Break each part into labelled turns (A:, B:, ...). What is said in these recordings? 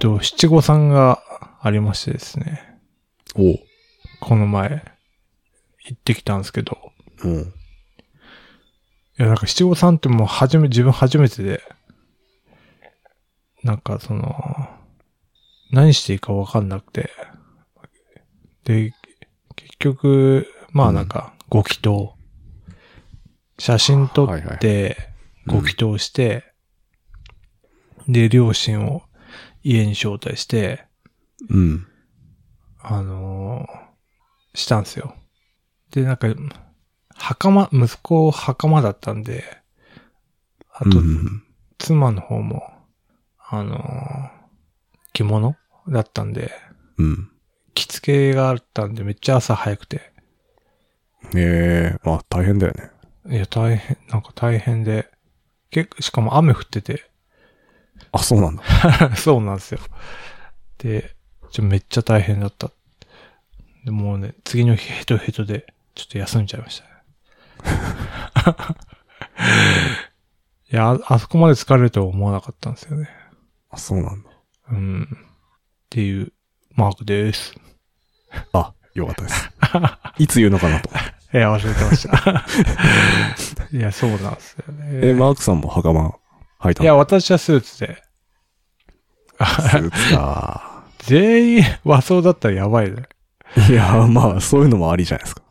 A: の、七五三がありましてですね。
B: おう。
A: この前、行ってきたんですけど。
B: うん。
A: いや、なんか七五三ってもう初め、自分初めてで、なんかその、何していいかわかんなくて、で、結局、まあなんか、ご祈祷、写真撮
B: はいは
A: っ
B: い
A: て、ご祈祷して、で、両親を家に招待して、
B: うん。
A: あのーしたんですよ。で、なんか、袴、息子袴だったんで、あと、
B: うん
A: 妻の方も、あのー着物だったんで、
B: うん。
A: 着付けがあったんで、めっちゃ朝早くて。
B: ええまあ大変だよね。
A: いや、大変、なんか大変で、結構、しかも雨降ってて、
B: あ、そうなん だ。
A: そうなんですよ。で、ちょめっちゃ大変だった。でもうね、次の日ヘトヘトで、ちょっと休んじゃいましたね。いやあ、あそこまで疲れるとは思わなかったんですよね。
B: あ、そうなんだ。
A: うん。っていう、マークです。
B: あ、よかった です。いつ言うのかなと。
A: いや、忘れてました。いや、そうなんですよね。
B: え、マークさんも袴履いた
A: いや、私はスーツで。
B: スーツか。
A: 全員和装だったらやばいね。
B: いや、まあ、そういうのもありじゃないですか。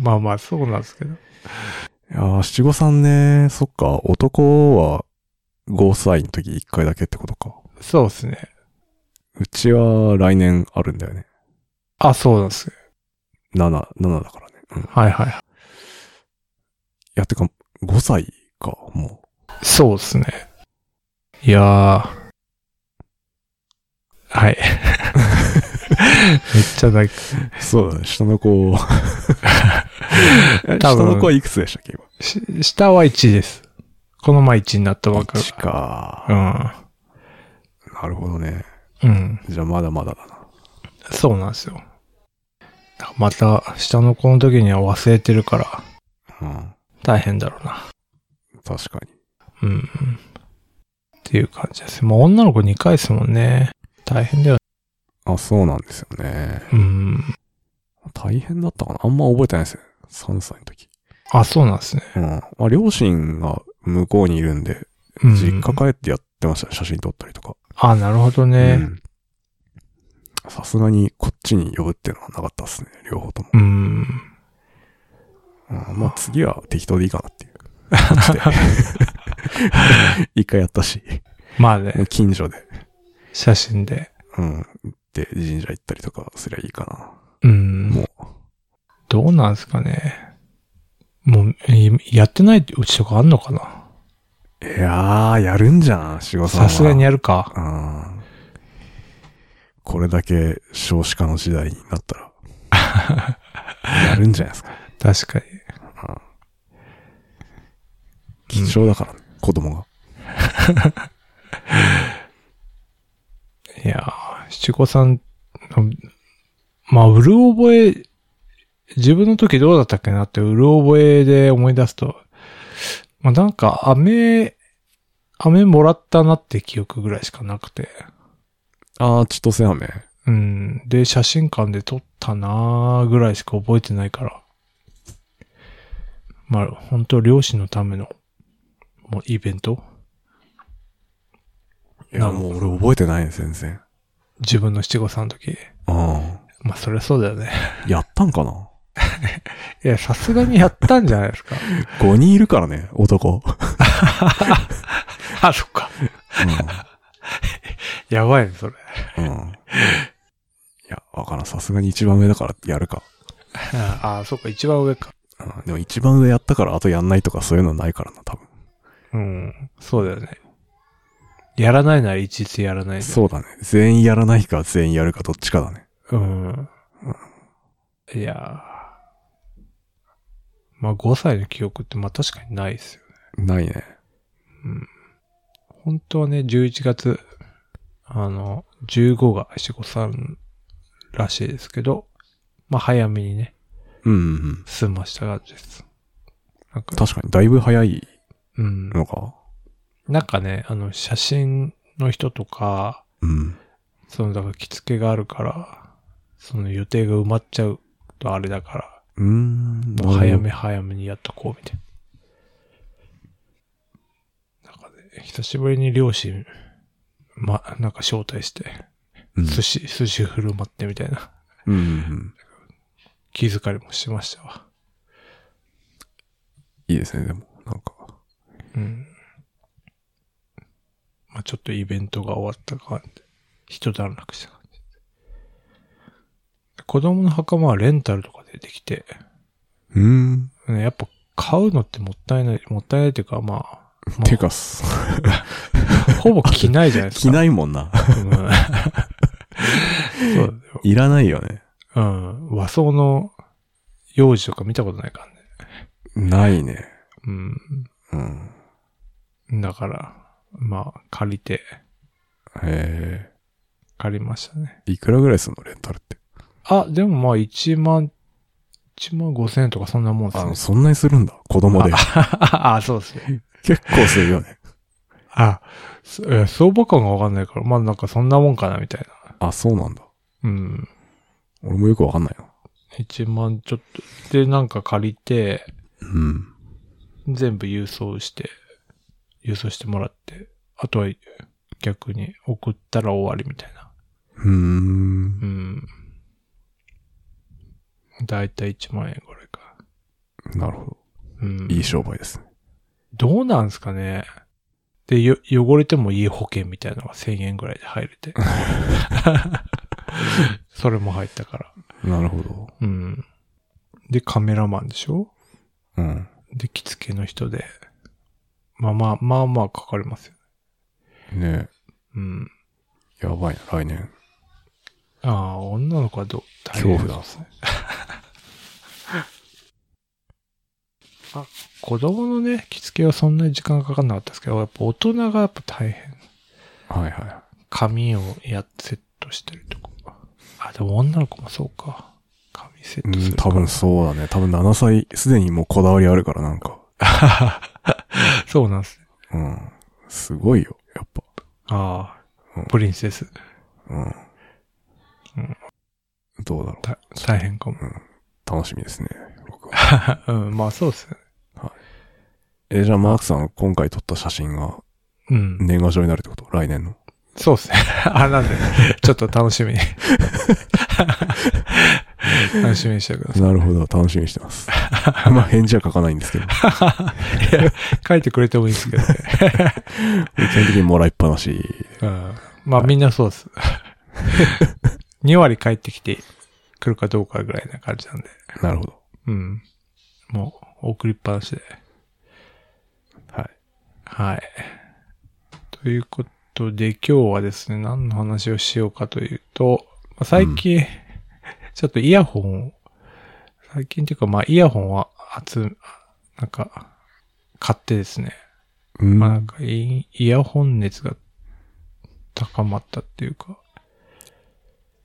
A: まあまあ、そうなんですけど。
B: いやー、七五三ね、そっか、男は、ゴーサインの時一回だけってことか。
A: そうですね。
B: うちは来年あるんだよね。
A: あ、そうなんです。
B: 7、7だからね。うん。い
A: はいはいは
B: や、てか、5歳か、も
A: い。そうですね。いやー。はい。めっちゃなんか、
B: う。そうだね、下の子。え
A: 多
B: 下
A: 分
B: の子はいくつでしたっけ、今。
A: し下は1です。この前1になったばっか
B: 1か、
A: ら。
B: なるほどね。
A: うん。うん。
B: じゃあ、まだまだだな。
A: そうなんですよ。また、下の子の時には忘れてるから、
B: うん。
A: 大変だろうな。
B: 確かに。
A: うんうん。っていう感じです。まあ、女の子2回ですもんね。大変だよ。
B: あ、そうなんですよね。
A: うん。
B: 大変だったかなあんま覚えてないですね。3歳の時。
A: あ、そうなんですね。
B: うん。まあ、両親が向こうにいるんで、
A: うん、
B: 実家帰ってやってましたね。写真撮ったりとか。
A: あ、なるほどね。
B: うんさすがにこっちに呼ぶっていうのはなかったですね。両方とも。
A: うん。
B: うんまあ次は適当でいいかなっていう 感じで。一回やったし、
A: まあね、
B: 近所で、
A: 写真で。
B: うん、で神社行ったりとかすりゃいいか
A: うん。
B: もう
A: どうなんですかね。もう、いやってないうちとかあんのかな
B: な。いやー、やるんじゃん、仕事
A: さすがにやるか。
B: うん。これだけ少子化の時代にな ったら、やるんじゃないですか。
A: 確かに。
B: 貴重だからね、子供が。
A: いやー、七五三、まあ、うる覚え、自分の時どうだったっけなって、うる覚えで思い出すと、まあなんか、飴、飴もらったなって記憶ぐらいしかなくて。
B: あー、千歳飴。
A: うん。で、写真館で撮ったなーぐらいしか覚えてないから。まあ、本当両親のための、もうイベント
B: いや、もう俺覚えてないね、全然。
A: 自分の七五三の時。
B: うん。
A: まあ、そりゃそうだよね。
B: やったんかない
A: や、さすがにやったんじゃないですか。
B: ?5 人いるからね、男。
A: あ、そっか。やばいね、それ。
B: うん。うん。いや、わからん。さすがに一番上だからやるか。
A: ああ、そっか、一番上か。
B: うん、でも一番上やったからあとやんないとかそういうのないからな、多分。
A: うん。そうだよね。やらないなら一律やらないで。
B: そうだね。全員やらないか全員やるかどっちかだね。
A: うん。いやーまあ5歳の記憶ってまあ確かにないですよね。
B: ないね。
A: 本当はね、11月、あの、15が四五三らしいですけど、まあ早めにね、
B: うん、うんうん。
A: 済ました感じです。なんか、
B: 確かに、だいぶ早い
A: うん。
B: のか。
A: なんかね、あの、写真の人とか、
B: うん。
A: その、だから着付けがあるから、その予定が埋まっちゃうとあれだか
B: うーん。
A: ら、もう早め。早めにやっとこうみたいな。なんかね、久しぶりに両親、ま、なんか招待して、
B: うん。
A: 寿司、寿司振る舞ってみたいな
B: うんうん。
A: 気遣いもしてましたわ。
B: いいですね、でも。なんか。
A: うん。まあちょっとイベントが終わった感じ。一段落した感じ。子供の袴はレンタルとかでできて、
B: うーん。
A: ね、やっぱ買うのってもったいない、もったいないっていうか、まあ、ま あ
B: てかす、
A: ほぼ着ないじゃないです
B: 着
A: か。
B: ないもん な。
A: うんそうだよ
B: いらないよね。
A: うん。和装の幼児とか見たことないからね。
B: ないね。うん。
A: うん。だから、まあ、借りて、
B: へ
A: 借りましたね。
B: え。いくらぐらいすんのレンタルって。
A: あ、でもまあ1万、1万5千円とかそんなもんです
B: あ
A: ね
B: の、。 そんなにするんだ。子供 で。
A: ああ、そうですね。
B: 結構するよね。
A: あ、そえ相場感がわかんないから、まあなんかそんなもんかなみたいな。
B: あ、そうなんだ。
A: うん。
B: 俺もよくわかんないな。
A: 1万ちょっと。で、なんか借りて、
B: うん。
A: 全部郵送して、郵送してもらって、あとは逆に送ったら終わりみたいな。
B: うー
A: う
B: ん。
A: ん。だいたい1万円ぐらいか。
B: なるほ
A: うん
B: ど。いい商売ですね。
A: どうなんですかね。で、よ、汚れてもいい保険みたいなのが1000円ぐらいで入れ て。それも入ったから。
B: なるほど。
A: うん。で、カメラマンでしょ
B: うん。
A: で、着付けの人で。まあまあ、まあまあかかりますよ。
B: ね
A: うん。
B: えやばいな、来年。
A: ああ、女の子はどう
B: 恐怖だ
A: ですね。あ、子供のね、着付けはそんなに時間かかんなかったですけど、やっぱ大人がやっぱ大変。
B: はいは
A: 髪をやっセットしてるとこ。あ、でも女の子もそうか。髪セッ
B: い。
A: トす
B: うん、
A: る。
B: 多分そうだね。多分7歳、すでにもうこだわりあるから、なんか。
A: そうなんですね。
B: うん。すごいよ、やっぱ。
A: あ
B: うん
A: あ、プリンセス。
B: うん。どうだろ
A: た大変かも。
B: う。楽しみですね、僕は。
A: うん、まあそうですね。
B: え、じゃあ、マークさん、今回撮った写真が
A: うん。
B: 年賀状になるってこと来年の。
A: そうですね。 あ、なんで、ちょっと楽 しみに。楽しみにしてください。
B: なるほど、楽しみにしてます。 まあ、返事は書かない んですけど、
A: 書いてくれてもいいですけどね。
B: 基本的にもらいっぱなし。
A: うん。まあみんなそう です。2割帰ってきてくるかどうかぐらいな感じなんで。
B: なるほど。
A: うん。もう、送りっぱなしで。
B: はい。
A: はい。ということで、今日はですね、何の話をしようかというと、まあ最近、ちょっとイヤホンを、最近っていうか、まあ、イヤホンは集、なんか、買ってですね、
B: うん。
A: まあ、なんかイ、イヤホン熱が高まったっていうか、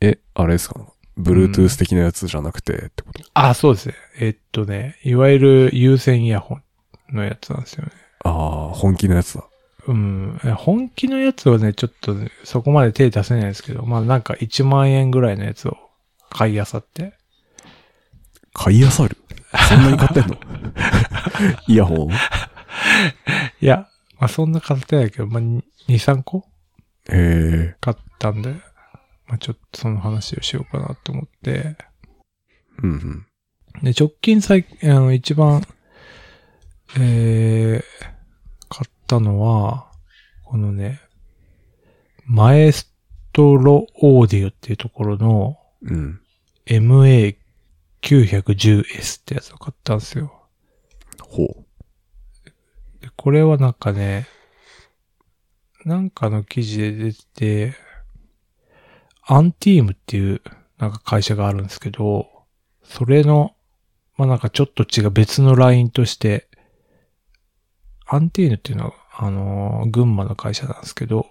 B: え、あれですか ?Bluetooth 的なやつじゃなくてってこと、
A: あ、そうですね。えっとね、いわゆる有線イヤホンのやつなんですよね。
B: ああ、本気のやつだ。
A: うん。本気のやつはね、ちょっとね、そこまで手出せないですけど、まあなんか1万円ぐらいのやつを買いあさって。
B: 買い漁るそんなに買っ てんのイヤホン
A: いや、まあそんな買ってないけど、まあ2、3個
B: ええ
A: 買ったんで、まあちょっとその話をしようかなと思って。
B: うんうん。
A: で、直近最、あの、一番、えー、買ったのは、このね、マエストロオーディオっていうところの、
B: うん。
A: MA910S ってやつを買ったんですよ。
B: ほう。
A: でこれはなんかね、なんかの記事で出てて、アンティームっていうなんか会社があるんですけど、それの、まあ、なんかちょっと違う別のラインとして、アンティーヌっていうのは、あのー群馬の会社なんですけど、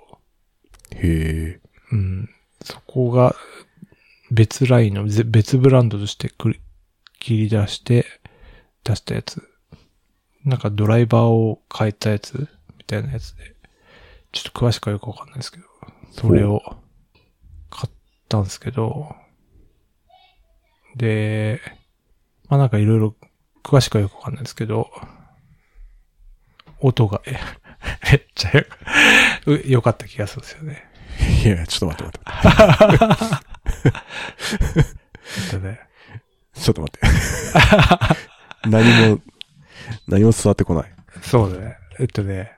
B: へえ。
A: うん、そこが別ラインのぜ別ブランドとしてくり切り出して出したやつ。なんかドライバーを変えたやつみたいなやつで。ちょっと詳しくはよくわかんないですけど、それをったんですけど、で、まあなんかいろいろ詳しくはよくわかんないですけど、音が、え めっちゃよう良かった気がするんですよね。
B: いや、ちょっと待って待
A: えっとね
B: って。ちょっと 待って。何も、何も伝わってこない。
A: そうだね。えっとね、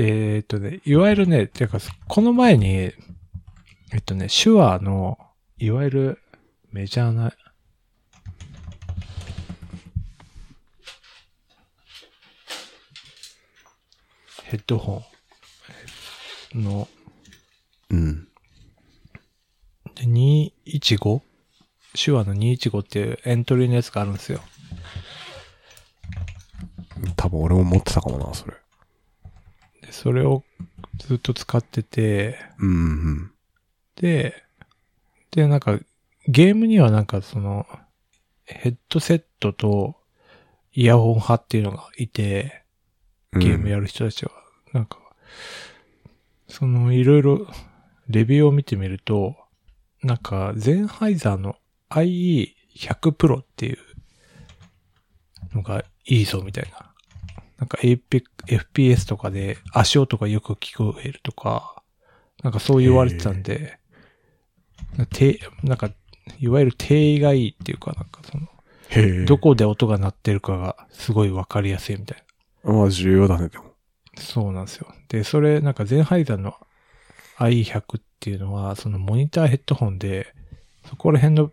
A: えーっとね、いわゆるね、ていうか、この前に、えっとね、手話の、いわゆるメジャーな、ヘッドホンの
B: うん。
A: で 215? 手話の215っていうエントリーのやつがあるんですよ。
B: 多分俺も持ってたかもな、それ。
A: で、それをずっと使ってて、
B: うんうん
A: で、で、なんか、ゲームにはなんかその、ヘッドセットとイヤホン派っていうのがいて、
B: うん。
A: ゲームやる人たちは、なんか、その、いろいろ、レビューを見てみると、なんか、ゼンハイザーの IE100 プロっていうのがいいぞ、みたいな。なんか、APEC FPS とかで足音がよく聞こえるとか、なんかそう言われてたんで、なんかてなんか、いわゆる定位がいいっていうか、なんかその、
B: へえ。
A: どこで音が鳴ってるかがすごいわかりやすいみたいな。
B: まあ重要だね、でも。
A: そうなんですよ。で、それ、なんかゼンハイザーの IE100 っていうのは、そのモニターヘッドホンで、そこら辺の、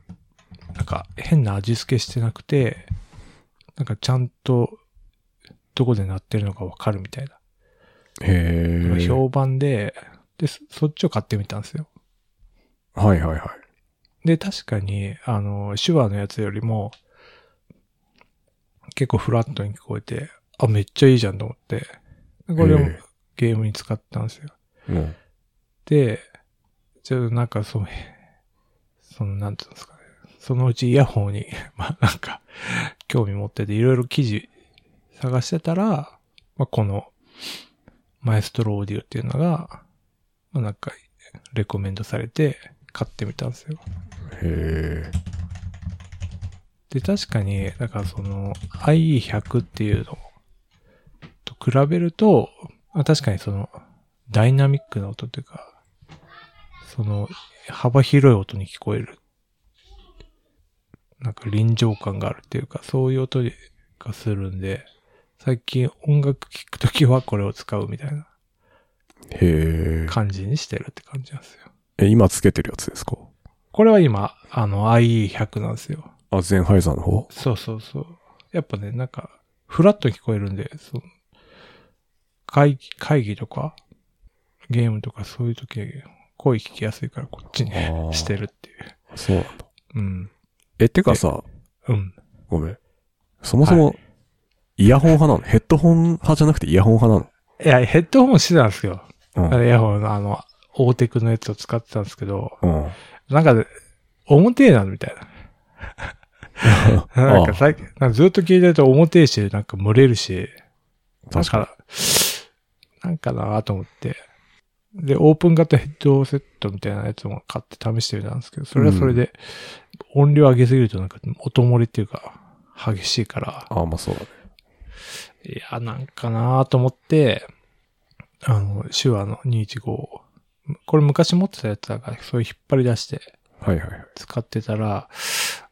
A: なんか変な味付けしてなくて、なんかちゃんとどこで鳴ってるのかわかるみたいな。
B: へえ。
A: 評判で、で、そそっちを買ってみたんですよ。
B: はいはいはい。
A: で、確かに、あの、手話のやつよりも、結構フラットに聞こえて、あ、めっちゃいいじゃんと思って、これを
B: え
A: ゲームに使ったんですよ。
B: うん。
A: で、ちょっとなんかそう、その、なんていうんですかね。そのうちイヤホンに、 まあなんか、興味持ってて、いろいろ記事探してたら、まあこの、マエストロオーディオっていうのが、まあなんか、レコメンドされて、買ってみたんですよ。
B: へえ。
A: で、確かに、なんかその IE100 っていうのと比べると、あ確かにそのダイナミックな音というか、その幅広い音に聞こえる。なんか臨場感があるっていうか、そういう音がするんで、最近音楽聴くときはこれを使うみたいな
B: へえ。
A: 感じにしてるって感じなんですよ。
B: え、今つけてるやつですか
A: これは今、あの IE100 なんですよ。
B: あ、ゼンハイザーの方
A: そうそうそう。やっぱね、なんか、フラットに聞こえるんで、その、会議、会議とか、ゲームとかそういう時、声聞きやすいからこっちに
B: あー
A: してるっていう。
B: そうなんだ。
A: うん。
B: え、てかさ、
A: うん。
B: ごめん。そもそも、イヤホン派なのヘッドホン派じゃなくてイヤホン派
A: いや、ヘッドホンしてたんですよ。
B: な
A: あ
B: の
A: れイヤホンのあの、オーテクのやつを使ってたんですけど、
B: うん。うん。
A: なんか、表なのみたい な。なん
B: あ
A: か最近、なんかずっと聞いてると表いし、なんか漏れるし、だ
B: 確か
A: から、なんかなと思って。で、オープン型ヘッドセットみたいなやつも買って試してみたんですけど、それはそれで、音量上げすぎるとなんか音漏れっていうか、激しいから、
B: あ、まあそうだね。
A: いや、なんかなと思って、あの、手話の215をこれ昔持ってたやつだから、それ引っ張り出して、
B: はいはいはい。
A: 使ってたら、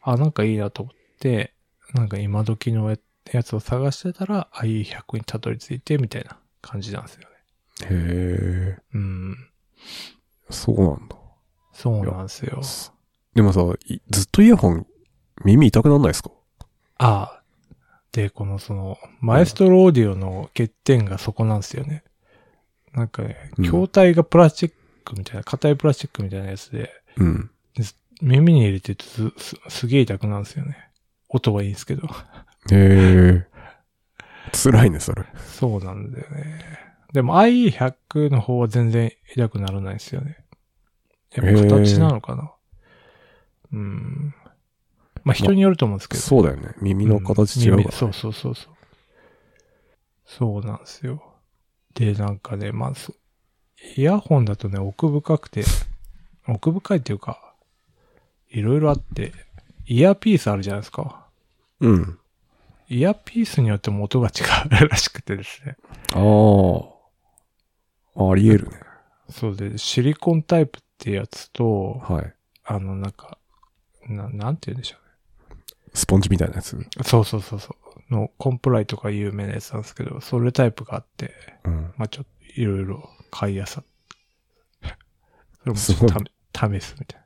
A: あ、なんかいいなと思って、なんか今時のややつを探してたら、IE100 にたどり着いてみたいな感じなんですよね。
B: へえ。
A: うん。
B: そうなんだ。
A: そうなんですよ。
B: でもさ、いずっとイヤホン、耳痛くなんないですか
A: ああ。で、このその、マエストロオーディオの欠点がそこなんですよね。なんかね
B: う、ん
A: 筐体がプラスチックみたいな、硬いプラスチックみたいなやつで、
B: うん。
A: 耳に入れてるとす、す、すげえ痛くなんですよね。音はいいんですけど。
B: へえ。辛いね、それ。
A: そうなんだよね。でも IE100 の方は全然痛くならないですよね。やっぱ形なのかな。うん。まあ人によると思うんですけど。
B: そうだよね。耳の形違
A: うん
B: うか
A: 耳
B: ら。
A: そうそうそうそう。そうなんですよ。で、なんかね、まあ、そイヤホンだとね、奥深くて、奥深いっていうか、いろいろあって、イヤーピースあるじゃないですか。
B: うん。
A: イヤーピースによっても音が違うらしくてですね。
B: ああ。あり得るね。
A: そうで、シリコンタイプってやつと、
B: はい。
A: あの、なんか、ななんて言うんでしょ
B: スポンジみたいなやつ。
A: うね。そうそうそうそう。の、コンプライとか有名なやつなんですけど、それタイプがあって、
B: うん。
A: まあちょっと、いろいろ買いあさって。 それもちょっと
B: す
A: 試試すみたい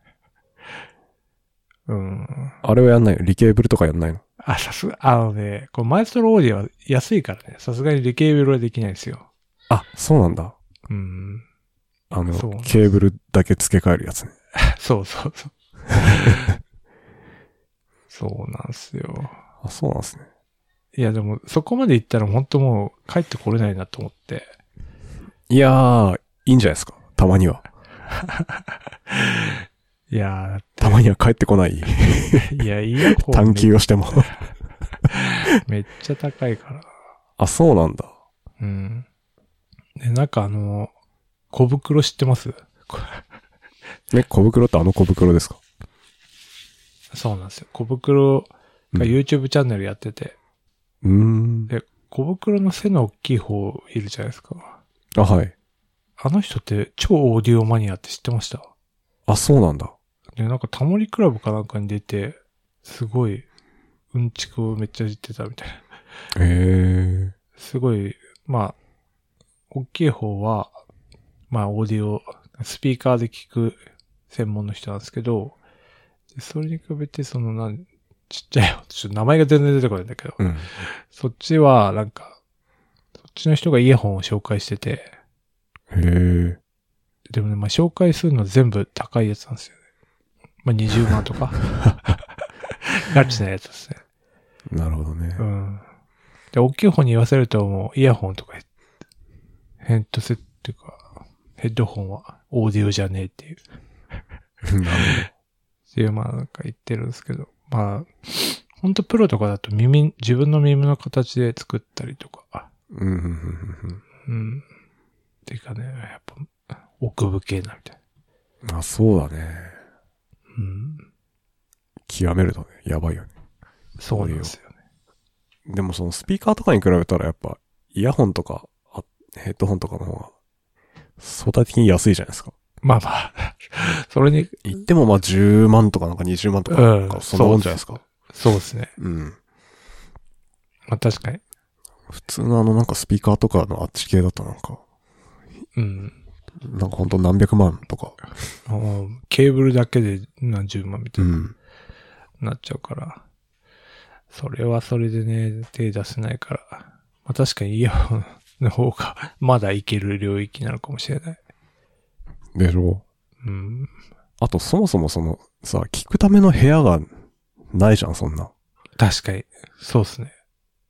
A: な。うん。
B: あれはやんないのリケーブルとかやんないの
A: あ、さすが、あのね、こうマエストロオーディは安いからね、さすがに理系ブルはできないですよ。
B: あ、そうなんだ。
A: うん。
B: あの
A: そうなん、です
B: ケーブルだけ付け替えるやつね。
A: そうそうそう。 そうなんすよ。
B: あ、そうなんですね。
A: いやでも、そこまで行ったら本当もう帰ってこれないなと思って。
B: いやー、いいんじゃないですか。たまには。
A: いや
B: たまには帰ってこない。
A: ー、いや、イヤホン
B: 探求をしても。
A: めっちゃ高いから。
B: あ、そうなんだ。
A: うん。で、なんかあの、小袋知ってます こ
B: ね、小袋ってあの小袋ですか
A: そうなんですよ。小袋が YouTube チャンネルやってて、
B: うーん。
A: で、小袋の背の大きい方いるじゃないですか。
B: あ、はい。
A: あの人って超オーディオマニアって知ってました
B: あ、そうなんだ。
A: で、なんかタモリクラブかなんかに出て、すごい、うんちくをめっちゃ言ってたみたいな。
B: へえ。
A: すごい、まあ、大きい方は、まあ、オーディオ、スピーカーで聞く専門の人なんですけど、でそれに比べて、その、なん、ちっちゃい、ちょっと名前が全然出てこないんだけど、
B: うん。
A: そっちは、なんか、そっちの人がイヤホンを紹介してて、
B: へえ。
A: でもね、まあ、紹介するのは全部高いやつなんですよね。まあ、20万とか。ガチなやつですね。
B: なるほどね。
A: うん。で、大きい方に言わせるともう、イヤホンとかヘッ、ヘッドセットっていうか、ヘッドホンはオーディオじゃねえっていう、っ
B: なる
A: ていう、まあ、なんか言ってるんですけど、まあ、ほんとプロとかだと耳、自分の耳の形で作ったりとか、
B: ほど。 うんうんうんうん
A: うん。っていうかね、やっぱ、奥深いな、みたいな。
B: うん。あ、そうだね。
A: うん。
B: 極めるとね、やばいよね。
A: そうなんですよね。
B: でもそのスピーカーとかに比べたらやっぱ、イヤホンとか、あヘッドホンとかの方が、相対的に安いじゃないですか。
A: まあまあ、それに、
B: 言ってもまあ10万とかなんか20万とか、
A: う
B: なんんかそんなもんじゃないですか。
A: そうですね。
B: うん。
A: まあ確かに。
B: 普通のあのなんかスピーカーとかのあっち系だとなんか、
A: うん。
B: なんかほんと何百万とか。
A: あのケーブルだけで何十万みた
B: う
A: いに
B: ん。
A: なっちゃうから、それはそれでね、手出せないから、まあ確かにイヤホンの方が まだいける領域なのかもしれない。
B: でしょ
A: うん。
B: あとそもそもその、さ、聞くための部屋がないじゃん、そんな。
A: 確かに、そうですね。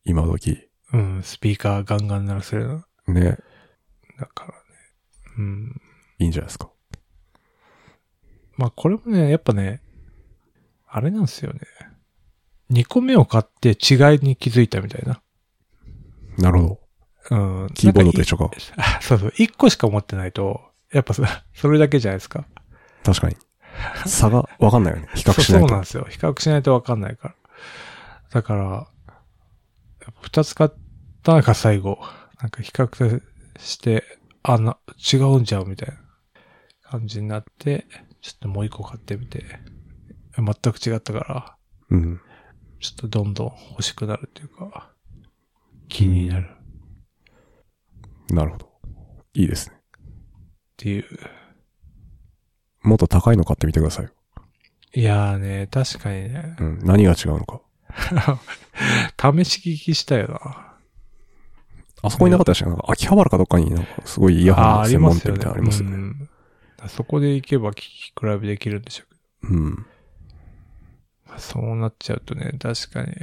B: 今時。
A: うん、スピーカーガンガン鳴らせるの。
B: ね。
A: だからね。うん。
B: いいんじゃないですか。
A: まあこれもね、やっぱね、あれなんですよね。2個目を買って違いに気づいたみたいな。
B: なるほど。
A: うん。
B: キーボード
A: で
B: と一緒か。
A: あ そうそう。一個しか持ってないと、やっぱそそれだけじゃないですか。
B: 確かに。差がわかんないよね。比較し
A: そ
B: ない
A: うそ
B: と。
A: うなんですよ。比較しないとわかんないから。だから、やっぱ二つ買ったのが最後。なんか比較して、あな、違うんじゃんみたいな感じになって、ちょっともう一個買ってみて、全く違ったから、
B: うん。
A: ちょっとどんどん欲しくなるっていうか、気になる。
B: なるほど。いいですね。
A: っていう。
B: もっと高いの買ってみてくださいよ。
A: いやーね、確かにね
B: う、ん。何が違うのか。
A: 試し聞きしたよな。
B: あそこになかったでしたっけなんか秋葉原かどっかになんかすごいイヤホン
A: ああ
B: の
A: ー、あり
B: 専
A: ま
B: 門
A: す
B: 店
A: よね。
B: みたいなのありますよ
A: う
B: ね。
A: んそこで行けば聞き比べできるんでしょうけ
B: うん。
A: どまあ。そうなっちゃうとね、確かに、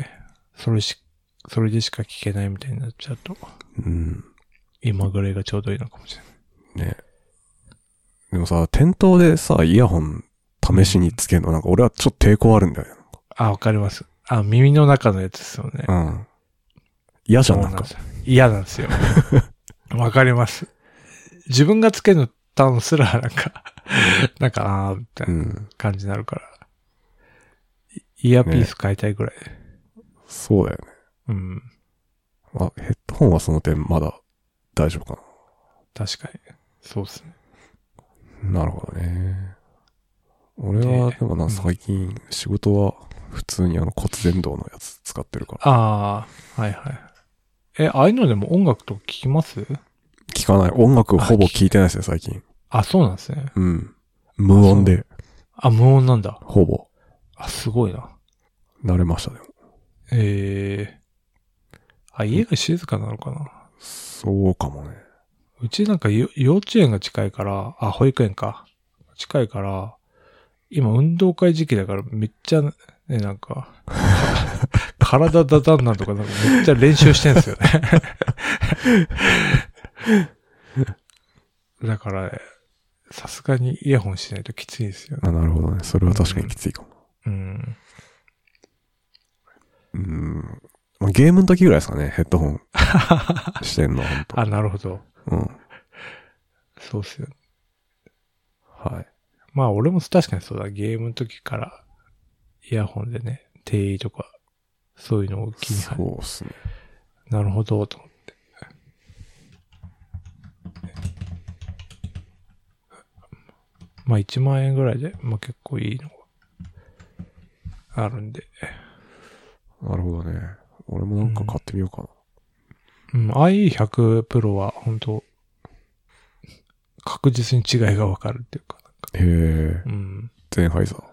A: それし、それでしか聞けないみたいになっちゃうと、
B: うん。
A: 今ぐらいがちょうどいいのかもしれない。
B: ね。でもさ、店頭でさ、イヤホン試しにつけるの、なんか俺はちょっと抵抗あるんだよね。
A: あ、わかります。あ、耳の中のやつですよね。
B: うん。嫌じゃ
A: そ
B: ん、
A: う
B: な
A: なんん で。
B: か。
A: すよ。嫌なんですよ。わかります。自分がつけるの端すらなんか、なんかなーみたいうなん感じになるから。イイヤーピース買いたいぐらい。
B: そうだよね。
A: うん。
B: あ、ヘッドホンはその点まだ大丈夫か
A: 確かに。そうですね。
B: な。なるほどね。俺は、
A: で
B: でも
A: う
B: な、
A: ん
B: 最近仕事は普通にあの骨伝導のやつ使ってるから。
A: ああ、はいはい。え、ああいうのでも音楽とか聞きます
B: 聞かない。音楽ほぼ聞いてないですね、最近。
A: あ、そうなんですね。
B: うん。無音で、
A: あ、無音なんだ。
B: ほぼ、
A: あ、すごいな。
B: 慣れましたね。
A: ええあ、家が静かなのかな。
B: そうかもね。
A: うちなんかよ幼稚園が近いから、あ、保育園か。近いから、今運動会時期だからめっちゃね、なんか、体だだんなんとかなんかめっちゃ練習してんすよね。だからね、さすがにイヤホンしないときついですよね。
B: あ、なるほどね。それは確かにきついかも。
A: うん。
B: うん。まあ、ゲームの時ぐらいですかね、ヘッドホンしてんの、ほんと
A: あ、なるほど。
B: うん。
A: そうっすよね。
B: はい。
A: まあ俺も確かにそうだ。ゲームの時からイヤホンでね、定位とか、そういうのを気に入
B: そうっすね。
A: なるほど、と思って。まあ1万円ぐらいで、まあ結構いいのがあるんで。
B: なるほどね。俺もなんか買ってみようか
A: う
B: な。
A: ん、IE100 プロは本当確実に違いがわかるっていうか、なんか
B: へえ、
A: うん、
B: ゼンハイザー。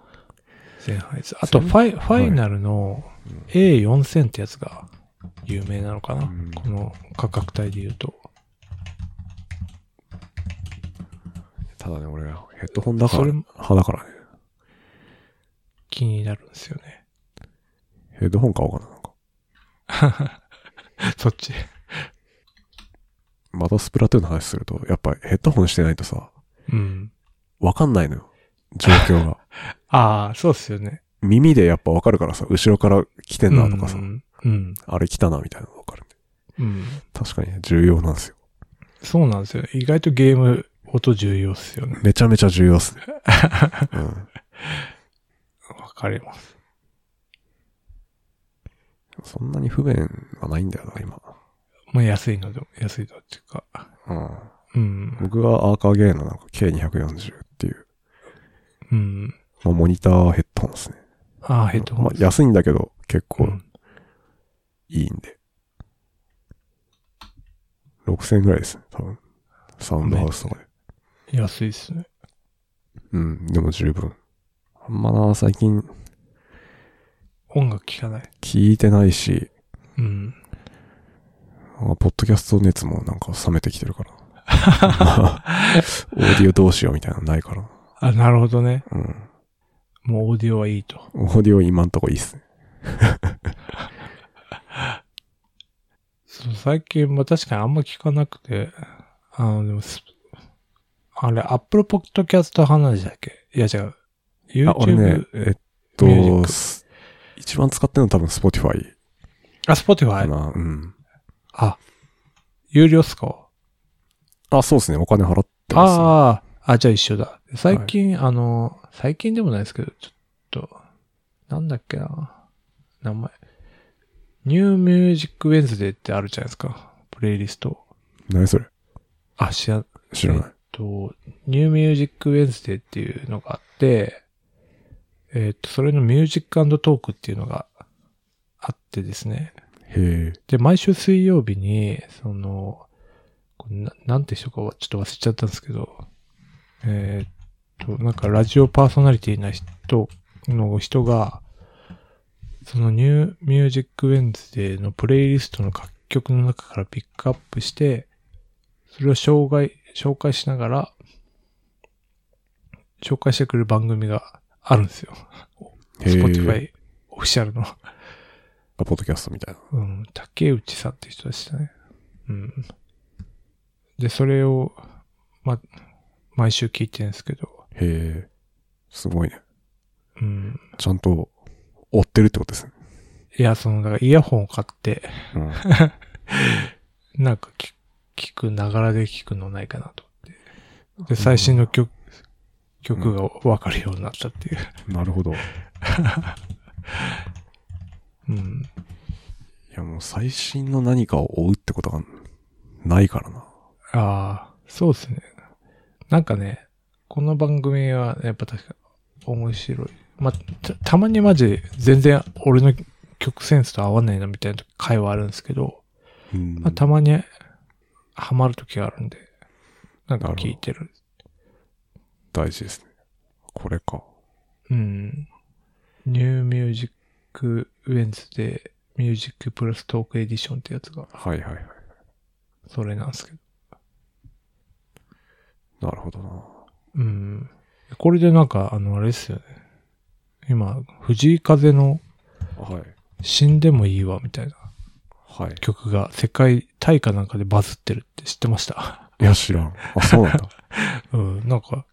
A: 前半です。あとファイ、ファイナルの A4000 ってやつが有名なのかな、
B: うん
A: この価格帯で言うと。
B: ただね、俺、ヘッドホンだから、
A: それも
B: 派だからね。
A: 気になるんですよ ね。
B: ヘッドホン買おうかな、なんか。
A: そっち。
B: またスプラトゥーンの話すると、やっぱヘッドホンしてないとさ、
A: うん。
B: わかんないのよ。状況が。
A: ああ、そうっすよね。
B: 耳でやっぱわかるからさ、後ろから来てんなとかさ、
A: うん。うん。
B: あれ来たなみたいなのわかるんで。
A: うん
B: 確かにね重要なんですよ。
A: そうなんですよ。意外とゲーム、音重要っすよね。
B: めちゃめちゃ重要っ すね。うん。
A: わかります。
B: そんなに不便はないんだよな、今。
A: まあ安いのでも、安いのっていうか。
B: う
A: う
B: ん。
A: ん。
B: 僕はアーカーゲーのなんか K240 っていう、
A: うん。
B: まあ、モニターヘッドホンですね。
A: ああ、ヘッドホン。
B: まあ、安いんだけど、結
A: う
B: 構
A: ん
B: いいんで。6000円ぐらいですね、多分。サウンドハウスとかで。
A: 安いっすね。
B: うん、でも十分。あんまな、最近
A: 音楽聴かない。
B: 聞いてないし、
A: うん。
B: あポッドキャスト熱もなんか冷めてきて るから。オーディオどうしようみたいなのないから。
A: あ、なるほどね。
B: うん。
A: もうオーディオはいいと。
B: オーディオ今んとこいいっすね。
A: そう、最近、まあ確かにあんま聞かなくて、あの、でもス、あれ、Apple Podcast 話だっけいや違う。YouTube。
B: あ、俺ね、えっ
A: ミュージッ
B: と、
A: ク
B: す一番使ってるの多分 Spotify
A: あ、
B: か
A: Spotify。
B: な。うん。
A: あ、有料っすか
B: あ、そうですね。お金払ってます、ね。
A: ああ、あ、じゃあ一緒だ。最近、あの、最近でもないですけど、ちょっと、なんだっけな。名前。ニューミュージックウェンズデーってあるじゃないですか。プレイリスト。
B: 何それ
A: あ、知らん、
B: 知らない。
A: えっと、ニューミュージックウェンズデーっていうのがあって、えっと、それのミュージックトークっていうのがあってですね。
B: へえ。
A: で、毎週水曜日に、その、これななんて人かはちょっと忘れちゃったんですけど、えーっと、なんかラジオパーソナリティな人の人が、そのニューミュージックウェンズデーのプレイリストの楽曲の中からピックアップして、それを紹介、紹介しながら、紹介してくれる番組があるんですよ。
B: へえ。
A: Spotify オフィシャルの。
B: あポッドキャストみたいな。
A: うん、竹内さんって人でしたね。うん。で、それを、ま、毎週聞いてるんですけど、
B: へえ。すごいね。
A: うん。
B: ちゃんと追ってるってことですね。
A: いや、その、だからイヤホンを買って、
B: うん。
A: なんか聞聞く、ながらで聞くのないかなと思って。で、最新の曲、曲がわかるようになったっていう。
B: なるほど。い
A: うん。
B: や、もう最新の何かを追うってことがないからな。
A: ああ、そうですね。なんかね、この番組はやっぱ確か面白い。まあ、たたまにマジ全然俺の曲センスと合わないなみたいな会話あるんですけど、
B: うん。
A: まあ、たまにハマる時があるんで、なんか
B: なるほど
A: 聞いてる。
B: 大事ですね。これか。
A: うん。ニューミュージックウェンズでミュージックプラストークエディションってやつが、
B: はいはいはい。
A: それなんですけど。
B: なるほどな。
A: うん。これでなんか、あの、あれですよね。今、藤井風の
B: はい。
A: 死んでもいいわ、みたいな
B: はい。
A: 曲が世界大会なんかでバズってるって知ってました。
B: いや、知らん。あ、そ うなんだ。
A: うん、なんか、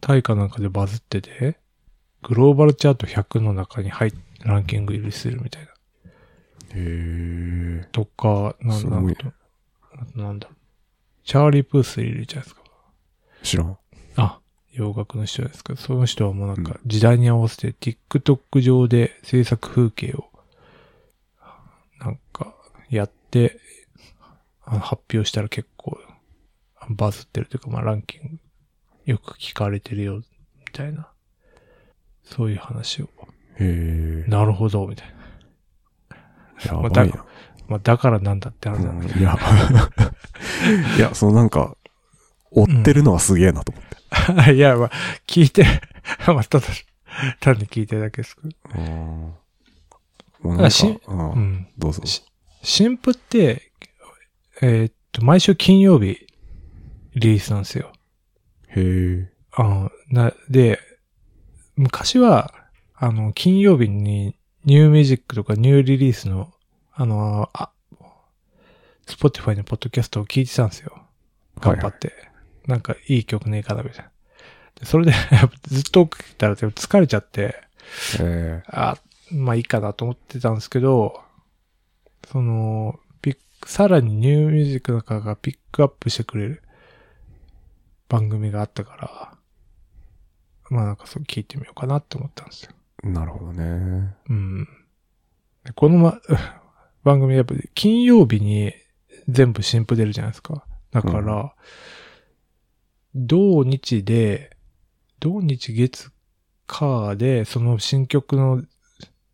A: 大会なんかでバズってて、グローバルチャート100の中に入っランキング入りするみたいな。
B: へえ。
A: とか、なん
B: す
A: だ
B: ごい
A: あとあとなんだろう。チャーリー・プースいるじゃないですか。
B: 知らん。
A: あ、洋楽の人ですけど、その人はもうなんか時代に合わせて TikTok 上で制作風景をなんかやってあの発表したら結構バズってるというか、まあランキングよく聞かれてるよみたいなそういう話を。
B: へ
A: なるほど、みたいな。
B: え。やばいな。
A: まあだからなんだって話なんだけど。
B: うんいや、い や、そのなんか、追ってるのはすげえなと思っ て。
A: いや、まあ聞いて、 まあただ単に聞いてるだけですけど。
B: うんもうなん
A: あし
B: か、う
A: うんん。
B: どうぞ。
A: し新譜って、えーっと、毎週金曜日、リリースなんですよ。
B: へえ。
A: あのな、で、昔は、あの、金曜日にニューミュージックとかニューリリースの、あの、あ、スポティファイのポッドキャストを聞いてたんですよ。頑張って。なんかいい曲ねえかな、みたいな。でそれで、やっぱずっと送ってたらでも疲れちゃって、
B: え
A: あ、まあいいかなと思ってたんですけど、その、ピック、さらにニューミュージックの中がピックアップしてくれる番組があったから、まあなんかそう聞いてみようかなって思ったんですよ。
B: なるほどね。
A: うん。でこのま、 番組やっぱり金曜日に全部新譜出るじゃないですか。だから、同日で、同日月火で、その新曲の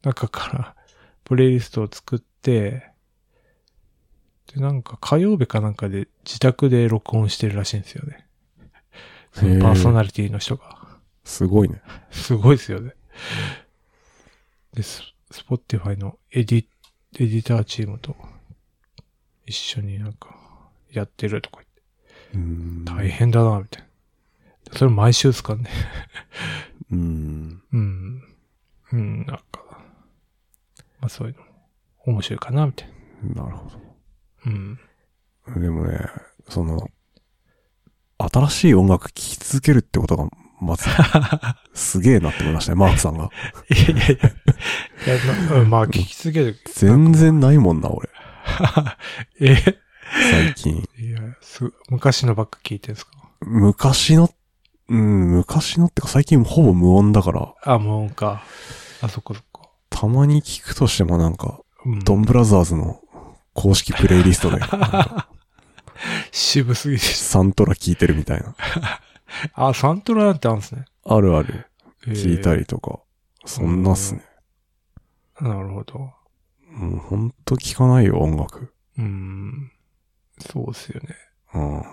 A: 中からプレイリストを作って、で、なんか火曜日かなんかで自宅で録音してるらしいんですよね。そ
B: へ
A: の
B: ー
A: パーソナリティの人が。
B: すごいね。
A: すごいですよね。で、ススポッティファイのエディ、エディターチームと一緒になんかやってるとか
B: うん。
A: 言って、大変だな、みたいな。それ毎週っすかね。
B: うん。
A: うん。うん、なんか、まあそういうの、面白いかな、みたいな。
B: なるほ
A: うん。
B: ど。でもね、その、新しい音楽聴き続けるってことが、ま ず、すげえなって思いましたね、マークさんが。
A: いやいやいや。いや、まあ、まあ、聞き続ける。
B: 全然ないもんな、俺。
A: え
B: 最近。
A: いや、す昔のばっか聞いてるんですか
B: 昔の、うん、昔のってか最近ほぼ無音だから、
A: あ、無音か。あ、そっかそっか。
B: たまに聞くとしてもなんか、
A: うん。
B: ドンブラザーズの公式プレイリスト で、なんか
A: 渋すぎて
B: サントラ聞いてるみたいな。
A: あ、サントラなんてあるんですね。
B: あるある。聞いた
A: り。
B: りとか。そんなっすね。
A: なるほど。
B: もうほんと聞かないよ、音楽。
A: うーん。そうですよね。
B: うん。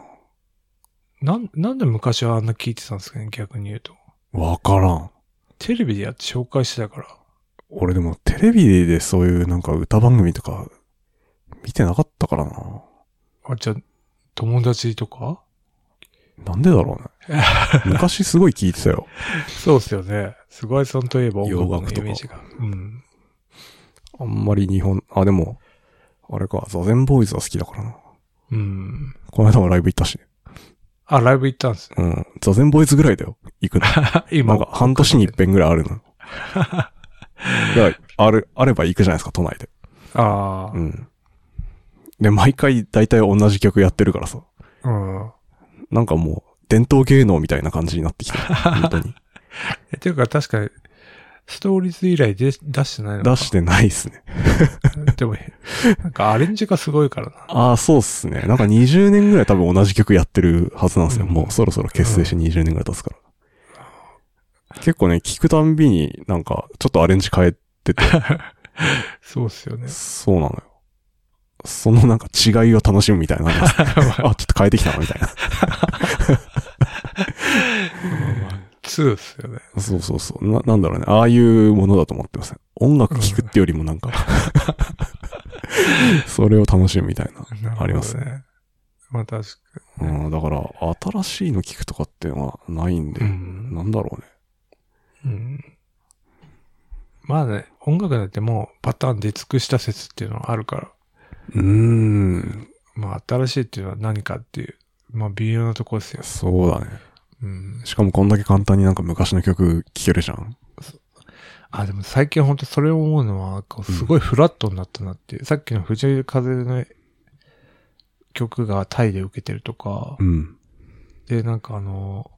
A: なん、なんで昔はあんな聞いてたんですかね、逆に言うと。
B: わからん。
A: テレビでやって紹介してたから。
B: 俺でもテレビでそういうなんか歌番組とか見てなかったからな。
A: あ、じゃあ、友達とか
B: なんでだろう ね。昔すごい聞いてたよ。
A: そうですよね。菅井さんといえば音楽
B: 洋楽と
A: のイ
B: か
A: メージが。うん。
B: あんまり日本、あ、でも、あれか、ザゼンボーイズは好きだからな。
A: うん。
B: この間もライブ行ったしね。
A: あ、ライブ行ったん ですね。
B: うん。ザゼンボーイズぐらいだよ。行くの。な
A: 今
B: んか半年に一遍ぐらいあるの。だからある、あれば行くじゃないですか、都内で。
A: ああ、
B: うん。で、毎回大体同じ曲やってるからさ。
A: うん。
B: なんかもう、伝統芸能みたいな感じになってきた。本当に。
A: え、ていうか確かに、ストーリーズ以来で出してないのか
B: 出してないですね。
A: でも、なんかアレンジがすごいからな。
B: ああ、そうっすね。なんか20年ぐらい多分同じ曲やってるはずなんですよ。
A: うん
B: もうそろそろ結成して20年ぐらい経つから。結構ね、聞くたんびになんか、ちょっとアレンジ変えてて、
A: そうっす よね。
B: そうなのよ。そのなんか違いを楽しむみたいなの ありますね。あ、ちょっと変えてきたな、みたいな。
A: 2っすよね。
B: そうそうそう。な、なんだろうね。ああいうものだと思ってます。音楽聴くってよりもな んか、それを楽しむみたい
A: なる
B: な。
A: ほど
B: あります
A: ね。まあ確か
B: うん、だから、新しいの聴くとかっていうのはないんで、
A: うん
B: なんだろう
A: に。
B: ね。
A: うん。まあね、音楽だってもうパターン出尽くした説っていうのはあるから、
B: うーん、
A: まあ新しいっていうのは何かっていう、まあ微妙なとこですよ。
B: そうだね。
A: うん。
B: しかもこんだけ簡単になんか昔の曲聴けるじゃん。
A: あ、でも最近本当それを思うのは、こうすごいフラットになったなっていう。さっきの藤井風の曲がタイで受けてるとか、
B: うん。
A: で、なんかあの、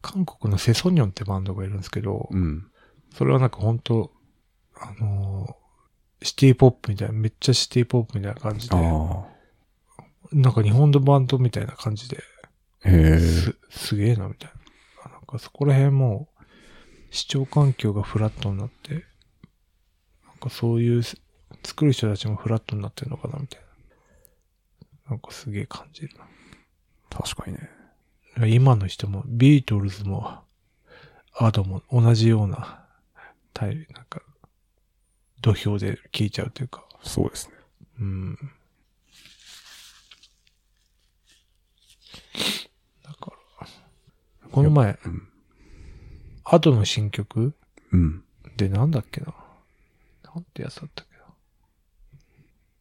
A: 韓国のセソニョンってバンドがいるんですけど、
B: うん。
A: それはなんか本当あのーシティポップみたいな、めっちゃシティポップみたいな感じで
B: あ、あ。
A: なんか日本のバンドみたいな感じで、
B: へえ。
A: す、すげえなみたいな。なんかそこら辺も、視聴環境がフラットになって、なんかそういうす、作る人たちもフラットになってるのかなみたいな。なんかすげえ感じる
B: 確かにね。
A: な。今の人も、ビートルズも、アドも同じような、タイなんか、土俵で聴いちゃうというか。
B: そうですね。
A: うん。だから、この前、
B: うん
A: アドの新曲
B: うん。
A: でなんだっけな。なんてやつだったっけな。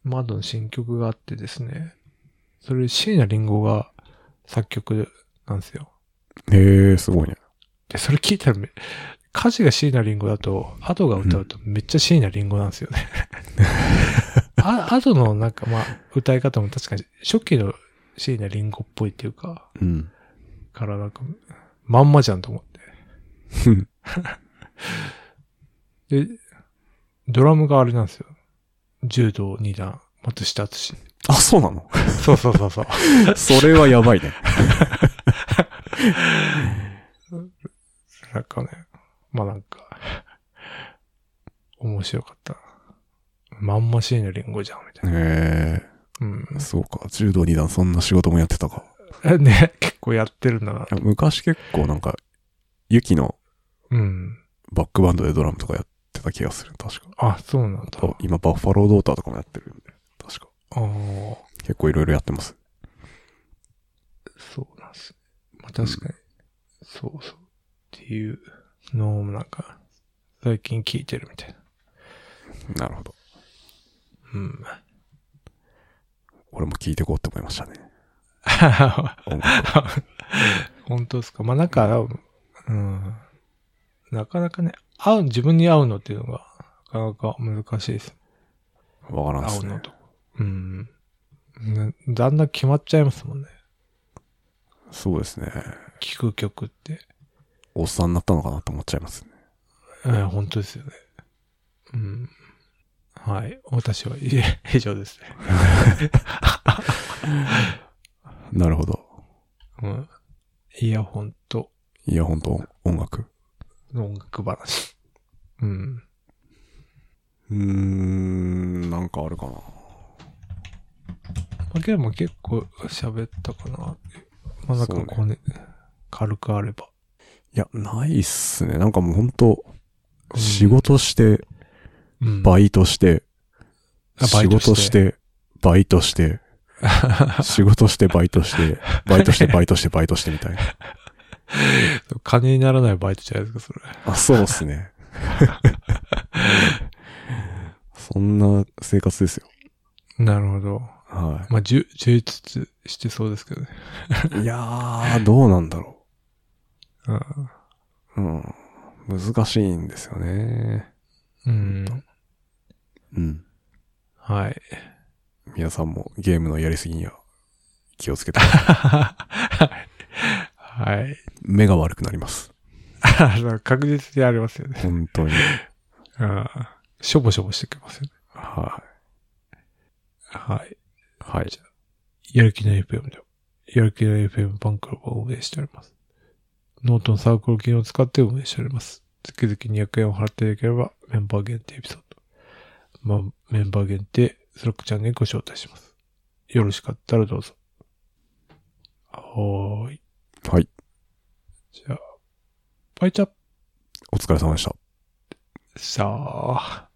A: まあアドの新曲があってですね、それ椎名林檎が作曲なんですよ。
B: へえ、すごいね。
A: で、それ聞いたらめ、歌詞が椎名林檎だと、アドが歌うとめっちゃ椎名林檎なんですよね。あアドのなんかまあ、歌い方も確かに初期の椎名林檎っぽいっていうか、
B: うん。
A: からなんか、まんまじゃんと思 って。で、ドラムがあれなんですよ。柔道二段、松下敦。
B: あ、そう なの
A: そうそうそうそう。
B: それはやばいね。
A: なんかね、まあなんか、面白かった。まんま椎名林檎じゃん、みたいな。
B: へ
A: うん
B: え、そうか。柔道二段そんな仕事もやってたか。
A: ね、結構やってるんだな。
B: 昔結構なんか、ユキの
A: うん。
B: バックバンドでドラムとかやってた気がする。確か。
A: あ、そうなんだ。
B: あ今、バッファロードーターとかもやってるんで。確か。
A: ああ、
B: 結構いろいろやってます。
A: そうなんですね。まあ確かに、そうそう。っていうのをなんか、最近聞いてるみたいな。
B: なるほど。
A: うん。
B: 俺も聞いてこうって思いましたね。音楽
A: 本当ですか。まあなんか、うん。なかなかね、合う、自分に合うのっていうのが、なかなか難しいです。
B: わからんっ
A: 合
B: す
A: うの
B: ね。
A: と。うん。ねだんだん決まっちゃいますもんね。
B: そうですね。
A: 聞く曲って。
B: おっさんになったのかなと思っちゃいますね。
A: えー本当ですよね。うん。はい。私は、いえ、以上ですね。
B: なるほど。
A: うん。イヤホンと
B: いや、ほんと、音楽。
A: 音楽話。うん。
B: うーん、なんかあるかな。
A: まあ、ゲームも結構喋ったかな。まあ、なんか
B: そうね
A: こうね、軽くあれば。
B: いや、ないっすね。なんかもうほんと、
A: うん
B: 仕事して、
A: うん
B: バイトして、
A: あバ
B: 仕
A: イトして
B: 事して、バイト して、仕事して、バイトして、バイトして、バイトして、バイトしてみたいな。
A: 金にならないバイトじゃないですか、それ。
B: あ、そうっすね。 そんな生活ですよ。
A: なるほど。
B: は
A: まあ、充充実してそうですけどね。
B: い。いやー、どうなんだろ
A: うん。
B: う。うん。難しいんですよね。
A: うん。
B: うん。
A: はい。
B: 皆さんもゲームのやりすぎには気をつけて。
A: はい。
B: 目が悪くなります。
A: あの 確実にありますよね。
B: 本当に。
A: うん。しょぼしょぼしてきますよね。
B: は
A: はい。
B: い。はい。
A: やる気の FM では、やる気の FM ファンクラブを運営しております。ノートのサークル機能を使って運営しております。月々200円を払っていただければ、メンバー限定エピソード。まあ、メンバー限定、スラックチャンネルにご招待します。よろしかったらどうぞ。はーい。
B: はい。
A: じゃあ、バイチャップ
B: お疲れ様でした。
A: さあ。